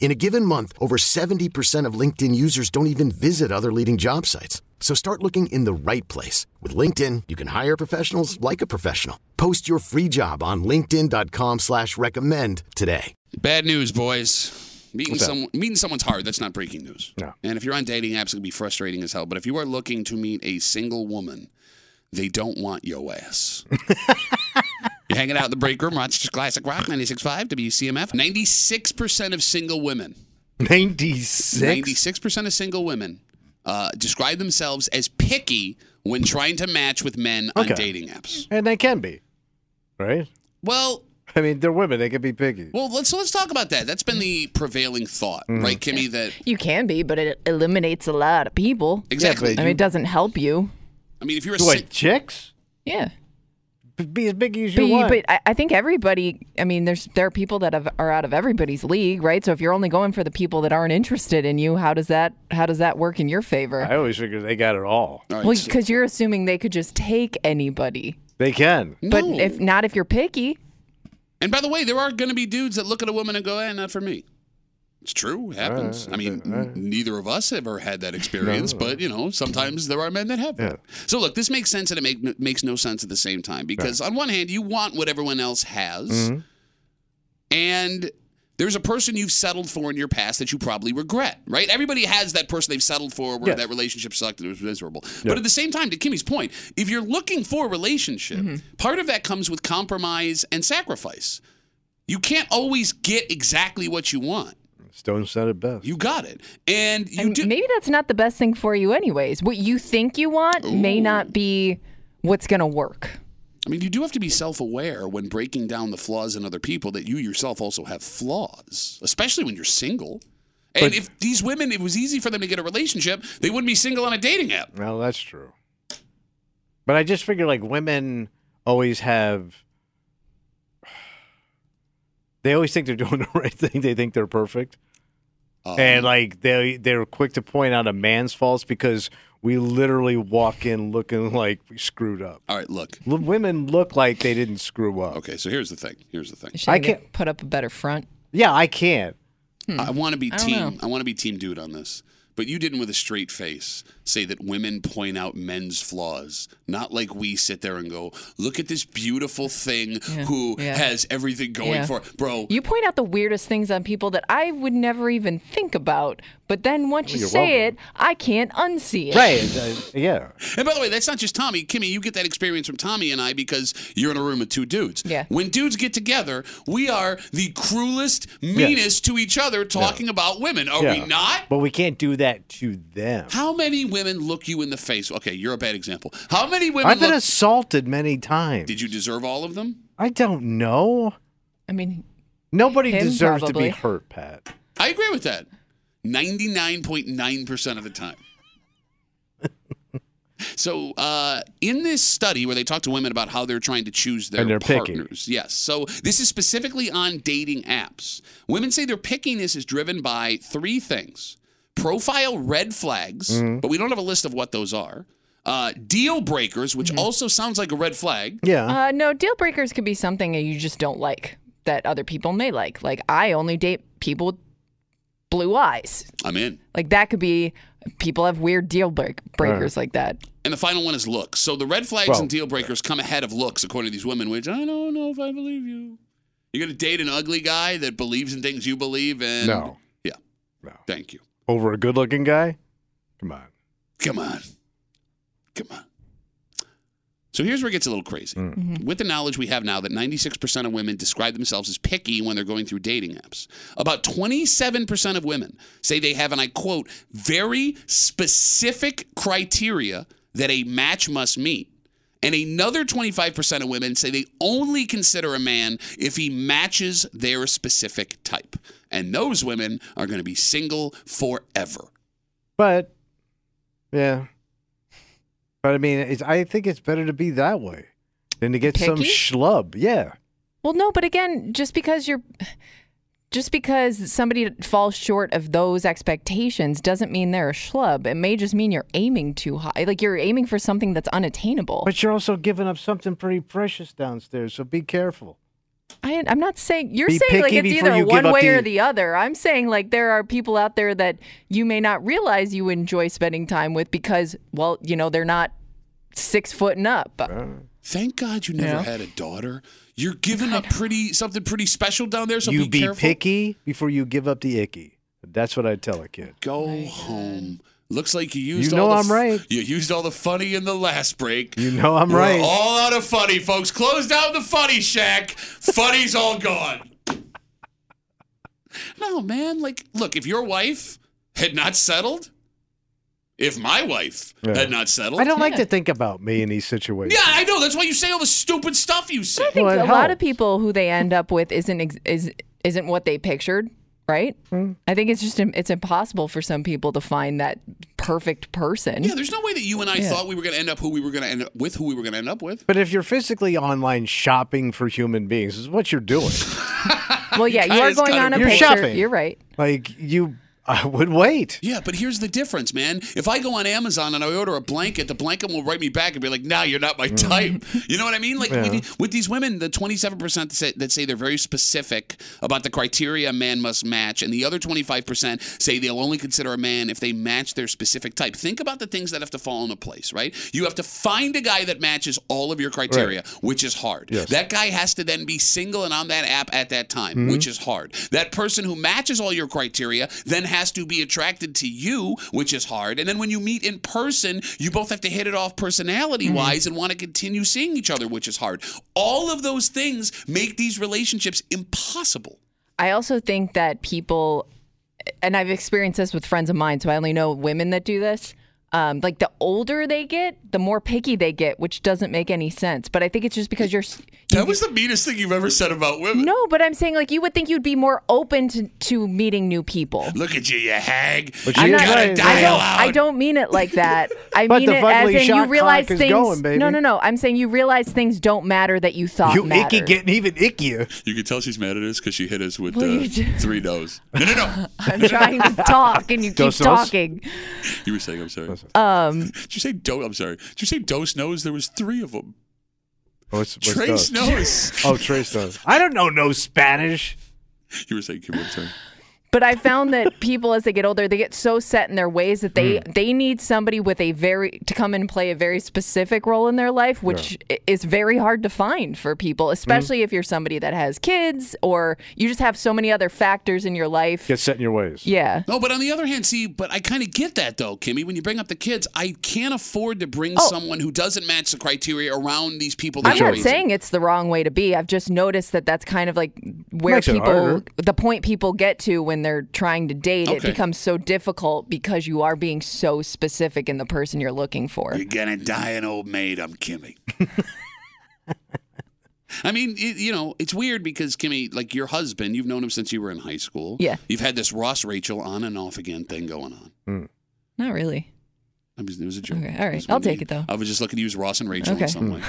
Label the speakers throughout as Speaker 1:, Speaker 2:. Speaker 1: In a given month, over 70% of LinkedIn users don't even visit other leading job sites. So start looking in the right place. With LinkedIn, you can hire professionals like a professional. Post your free job on linkedin.com slash recommend today.
Speaker 2: Bad news, boys. Meeting
Speaker 3: What's that?
Speaker 2: someone meeting someone's hard, that's not breaking news.
Speaker 3: No.
Speaker 2: And if you're on dating apps, it'll be frustrating as hell. But if you are looking to meet a single woman, they don't want your ass. You're hanging out in the break room, Rochester Classic Rock, 96.5, WCMF. 96% of single women,
Speaker 3: 96?
Speaker 2: 96% of single women uh, describe themselves as picky when trying to match with men on
Speaker 3: Okay.
Speaker 2: dating apps.
Speaker 3: And they can be, right?
Speaker 2: Well,
Speaker 3: I mean, they're women. They can be picky.
Speaker 2: well, let's let's talk about that. That's been the prevailing thought,
Speaker 3: Mm-hmm.
Speaker 2: right, Kimmy? That
Speaker 4: You can be, but it eliminates a lot of people.
Speaker 2: exactly.
Speaker 4: I mean, it doesn't help you.
Speaker 2: I mean, if you're a
Speaker 3: Wait,
Speaker 2: sing-
Speaker 3: chicks?
Speaker 4: Yeah.
Speaker 3: B- Be as big as you
Speaker 4: But, you-
Speaker 3: want.
Speaker 4: but I, I think everybody, I mean, there's there are people that have, are out of everybody's league, right? So if you're only going for the people that aren't interested in you, how does that how does that work in your favor?
Speaker 3: I always figure they got it
Speaker 2: All
Speaker 3: all.
Speaker 2: right,
Speaker 4: Well,
Speaker 2: so-
Speaker 4: because you're assuming they could just take anybody,
Speaker 3: They can.
Speaker 4: but
Speaker 2: No.
Speaker 4: if not, if you're picky,
Speaker 2: And by the way, there are going to be dudes that look at a woman and go, "Eh, not for me." It's true. It happens. I mean, neither of us ever had that experience, but you know, sometimes there are men that have that. So look, this makes sense and it make, makes no sense at the same time because on one hand, you want what everyone else has, and there's a person you've settled for in your past that you probably regret, right? Everybody has that person they've settled for where
Speaker 3: Yes.
Speaker 2: that relationship sucked and it was miserable. But at the same time, to Kimmy's point, if you're looking for a relationship, part of that comes with compromise and sacrifice. You can't always get exactly what you want.
Speaker 3: Stone said it best.
Speaker 2: You got it. And you
Speaker 4: and
Speaker 2: do.
Speaker 4: maybe that's not the best thing for you, anyways. What you think you want may not be what's going to work.
Speaker 2: I mean, you do have to be self-aware when breaking down the flaws in other people that you yourself also have flaws, especially when you're single. And
Speaker 3: But-
Speaker 2: if these women, it was easy for them to get a relationship, they wouldn't be single on a dating app.
Speaker 3: well, that's true. But I just figure, like, women always have. They always think they're doing the right thing. They think they're perfect.
Speaker 2: Um,
Speaker 3: and like they they're quick to point out a man's faults because we literally walk in looking like we screwed up.
Speaker 2: all right, look.
Speaker 3: L- women look like they didn't screw up.
Speaker 2: Okay, so here's the thing. Here's the thing.
Speaker 4: Should
Speaker 3: I
Speaker 4: they
Speaker 3: can't-
Speaker 4: put up a better front.
Speaker 3: Yeah, I can't.
Speaker 2: I want to be
Speaker 4: Hmm. I don't
Speaker 2: team.
Speaker 4: know.
Speaker 2: I want to be team dude on this. But you didn't, with a straight face, say that women point out men's flaws. Not like we sit there and go, "Look at this beautiful thing who
Speaker 4: yeah.
Speaker 2: has everything going
Speaker 4: Yeah.
Speaker 2: for it, bro."
Speaker 4: You point out the weirdest things on people that I would never even think about, but then once you
Speaker 3: Oh, you're
Speaker 4: say
Speaker 3: welcome.
Speaker 4: it, I can't unsee it.
Speaker 3: Right? uh, yeah.
Speaker 2: and by the way, that's not just Tommy. Kimmy, you get that experience from Tommy and I because you're in a room with two dudes.
Speaker 4: Yeah.
Speaker 2: When dudes get together, we are the cruelest, meanest to each other, talking about women. Are
Speaker 3: Yeah.
Speaker 2: we not?
Speaker 3: But we can't do that to them.
Speaker 2: How many women look you in the face? Okay, you're a bad example. How many women?
Speaker 3: I've been
Speaker 2: look-
Speaker 3: assaulted many times.
Speaker 2: Did you deserve all of them?
Speaker 3: I don't know.
Speaker 4: I mean,
Speaker 3: Nobody
Speaker 4: Him,
Speaker 3: deserves to be
Speaker 4: probably.
Speaker 3: hurt, Pat.
Speaker 2: I agree with that. 99.9% of the time. so, uh, in this study where they talk to women about how they're trying to choose their
Speaker 3: And they're picky.
Speaker 2: partners, yes. So, this is specifically on dating apps. Women say their pickiness is driven by three things profile red flags,
Speaker 3: Mm-hmm.
Speaker 2: but we don't have a list of what those are. Uh, deal breakers, which also sounds like a red flag.
Speaker 3: Yeah.
Speaker 4: uh, no, deal breakers could be something that you just don't like that other people may like. Like, I only date people with blue eyes.
Speaker 2: I'm in.
Speaker 4: Like, that could be people have weird deal break- breakers like that.
Speaker 2: And the final one is looks. So the red flags
Speaker 3: Well-
Speaker 2: and deal breakers come ahead of looks, according to these women, which I don't know if I believe you. You're going to date an ugly guy that believes in things you believe in?
Speaker 3: No.
Speaker 2: Yeah.
Speaker 3: No.
Speaker 2: Thank you.
Speaker 3: Over a good-looking guy. Come on.
Speaker 2: Come on. Come on. So here's where it gets a little crazy. With the knowledge we have now that 96% of women describe themselves as picky when they're going through dating apps, about 27% of women say they have, and I quote, very specific criteria that a match must meet. And another 25% of women say they only consider a man if he matches their specific type. And those women are going to be single forever.
Speaker 3: But yeah. But I mean, it's, I think it's better to be that way than to get some
Speaker 4: Picky?
Speaker 3: schlub. Yeah.
Speaker 4: Well, no, but again, just because you're just because somebody falls short of those expectations doesn't mean they're a schlub. It may just mean you're aiming too high. Like you're aiming for something that's unattainable.
Speaker 3: But you're also giving up something pretty precious downstairs, so be careful.
Speaker 4: I, I'm not saying you're
Speaker 3: Be
Speaker 4: saying like
Speaker 3: picky
Speaker 4: it's
Speaker 3: before
Speaker 4: either
Speaker 3: you give
Speaker 4: one
Speaker 3: up
Speaker 4: way or
Speaker 3: the-
Speaker 4: the other. I'm saying like there are people out there that you may not realize you enjoy spending time with because, well, you know, they're not six foot and up.
Speaker 2: Thank God you never
Speaker 4: Yeah.
Speaker 2: had a daughter. You're giving up pretty something pretty special down there. So
Speaker 3: you
Speaker 2: be,
Speaker 3: be,
Speaker 2: careful.
Speaker 3: picky before you give up the icky. That's what I tell a kid.
Speaker 2: Go home. Looks like you used
Speaker 3: You
Speaker 2: all
Speaker 3: know
Speaker 2: the
Speaker 3: I'm right.
Speaker 2: You used all the funny in the last break.
Speaker 3: You know I'm
Speaker 2: We're
Speaker 3: right.
Speaker 2: all out of funny, folks. Close down the funny shack. Funny's all gone. No, man. Like, look, if your wife had not settled, if my wife
Speaker 3: Yeah.
Speaker 2: had not settled,
Speaker 3: I don't like
Speaker 4: Yeah.
Speaker 3: to think about me in these situations.
Speaker 2: Yeah, I know. That's why you say all the stupid stuff you say.
Speaker 4: I think
Speaker 3: Well, it
Speaker 4: a lot
Speaker 3: helps.
Speaker 4: of people who they end up with isn't ex- is isn't what they pictured, right?
Speaker 3: Mm.
Speaker 4: I think it's just im- it's impossible for some people to find that perfect person.
Speaker 2: Yeah, there's no way that you and I thought we were going to end up who we were going to end up with, who we were going to end up with.
Speaker 3: But if you're physically online shopping for human beings, is what you're doing.
Speaker 4: well, yeah, you
Speaker 2: kinda-
Speaker 4: are
Speaker 2: it's
Speaker 4: going
Speaker 2: kinda
Speaker 4: on a
Speaker 3: You're
Speaker 4: picture.
Speaker 3: shopping.
Speaker 4: You're right.
Speaker 3: like you, I would wait.
Speaker 2: Yeah, but here's the difference, man. If I go on Amazon and I order a blanket, the blanket will write me back and be like, "Nah, you're not my type." You know what I mean? Like with, the- with these women, the 27% that say, that say they're very specific about the criteria a man must match, and the other 25% say they'll only consider a man if they match their specific type. Think about the things that have to fall into place, right? You have to find a guy that matches all of your criteria, which is hard. That guy has to then be single and on that app at that time, which is hard. That person who matches all your criteria then has to be attracted to you, which is hard. And then when you meet in person, you both have to hit it off personality wise and want to continue seeing each other, which is hard. All of those things make these relationships impossible.
Speaker 4: I also think that people, and I've experienced this with friends of mine, so I only know women that do this. Um, like the older they get, the more picky they get, which doesn't make any sense. But I think it's just because you're. s-
Speaker 2: That was the meanest thing you've ever said about women.
Speaker 4: No, but I'm saying like you would think you'd be more open to, to meeting new people.
Speaker 2: Look at you, you hag.
Speaker 3: But
Speaker 2: you
Speaker 3: you're
Speaker 2: gotta
Speaker 3: right,
Speaker 4: I
Speaker 3: man.
Speaker 2: dial
Speaker 4: don't,
Speaker 2: out.
Speaker 4: I don't mean it like that. I
Speaker 3: But
Speaker 4: mean
Speaker 3: the
Speaker 4: it as
Speaker 3: fucking
Speaker 4: in you
Speaker 3: shot
Speaker 4: realize
Speaker 3: clock is
Speaker 4: things.
Speaker 3: going, baby.
Speaker 4: No, no, no. I'm saying you realize things don't matter that you thought
Speaker 3: you
Speaker 4: mattered.
Speaker 3: icky getting even ickier.
Speaker 2: You can tell she's mad at us because she hit us with
Speaker 4: What are
Speaker 2: uh,
Speaker 4: you doing?
Speaker 2: three no's. No, no, no.
Speaker 4: I'm trying to talk and you keep
Speaker 3: Dos nos?
Speaker 4: talking.
Speaker 2: You were saying, I'm sorry.
Speaker 4: Um,
Speaker 2: Did you say do? I'm sorry. Did you say dose nose? There was three of them.
Speaker 3: What's, what's
Speaker 2: Trace
Speaker 3: those?
Speaker 2: nose.
Speaker 3: Oh, trace those. I don't know no Spanish.
Speaker 2: you were saying, Kimberly, I'm sorry.
Speaker 4: but I found that people as they get older, they get so set in their ways that they
Speaker 3: Hmm.
Speaker 4: they need somebody with a very to come and play a very specific role in their life, which i is very hard to find for
Speaker 3: Hmm.
Speaker 4: people, especially if you're somebody that has kids or you just have so many other factors in your life.
Speaker 3: Get set in your ways.
Speaker 4: Yeah.
Speaker 2: No, but on the other hand, see, but I kind of get that though, Kimmy. When you bring up the kids, I can't afford to bring
Speaker 4: Oh.
Speaker 2: someone who doesn't match the criteria around these people. that
Speaker 4: I'm
Speaker 2: you're
Speaker 4: not
Speaker 2: raising.
Speaker 4: saying it's the wrong way to be. I've just noticed that that's kind of like where
Speaker 3: Makes it
Speaker 4: people,
Speaker 3: harder.
Speaker 4: the point people get to when they're trying to date, it
Speaker 2: Okay.
Speaker 4: becomes so difficult because you are being so specific in the person you're looking for.
Speaker 2: You're gonna die an old maid. I'm Kimmy. I mean, it, you know, it's weird because Kimmy, like your husband, you've known him since you were in high school.
Speaker 4: Yeah.
Speaker 2: You've had this Ross Rachel on and off again thing going on.
Speaker 4: Not really.
Speaker 2: I mean, it was a joke.
Speaker 4: Okay, all right.
Speaker 2: It was
Speaker 4: I'll
Speaker 2: when they-
Speaker 4: take it, though.
Speaker 2: I was just looking to use Ross and Rachel
Speaker 4: Okay.
Speaker 2: in some way,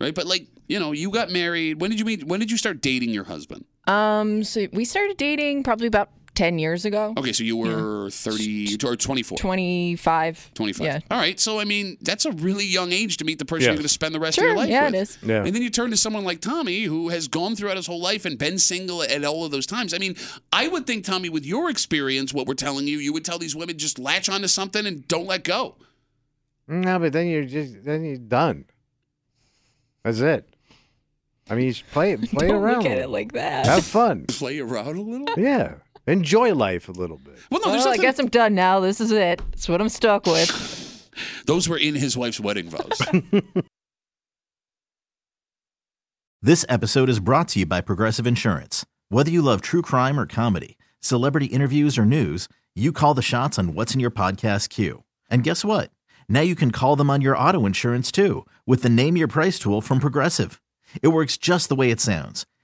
Speaker 2: right? But like, you know, you got married. When did you meet? When did you start dating your husband?
Speaker 4: Um, so we started dating probably about 10 years ago.
Speaker 3: Oh,
Speaker 2: Okay, so you were thirty or twenty-four.
Speaker 4: 25.
Speaker 2: 25.
Speaker 4: Yeah.
Speaker 2: All right. So, I mean, that's a really young age to meet the person
Speaker 3: Yes.
Speaker 2: you're going to spend the rest of
Speaker 4: Sure,
Speaker 2: your life
Speaker 4: yeah,
Speaker 2: with.
Speaker 4: it is.
Speaker 3: Yeah.
Speaker 2: And then you turn to someone like Tommy, who has gone throughout his whole life and been single at all of those times. I mean, I would think, Tommy, with your experience, what we're telling you, you would tell these women just latch onto something and don't let go.
Speaker 3: No, but then you're just then you're done. That's it. I mean, you should play it, play it
Speaker 4: Don't
Speaker 3: around.
Speaker 4: look at
Speaker 3: a
Speaker 4: it
Speaker 3: little.
Speaker 4: like that.
Speaker 3: Have fun.
Speaker 2: Play around a little.
Speaker 3: Yeah, enjoy life a little bit.
Speaker 2: Well, no, there's
Speaker 4: Well, I
Speaker 2: nothing.
Speaker 4: guess I'm done now. This is it. It's what I'm stuck with.
Speaker 2: Those were in his wife's wedding vows.
Speaker 5: This episode is brought to you by Progressive Insurance. Whether you love true crime or comedy, celebrity interviews or news, you call the shots on what's in your podcast queue. And guess what? Now you can call them on your auto insurance too with the Name Your Price tool from Progressive. It works just the way it sounds.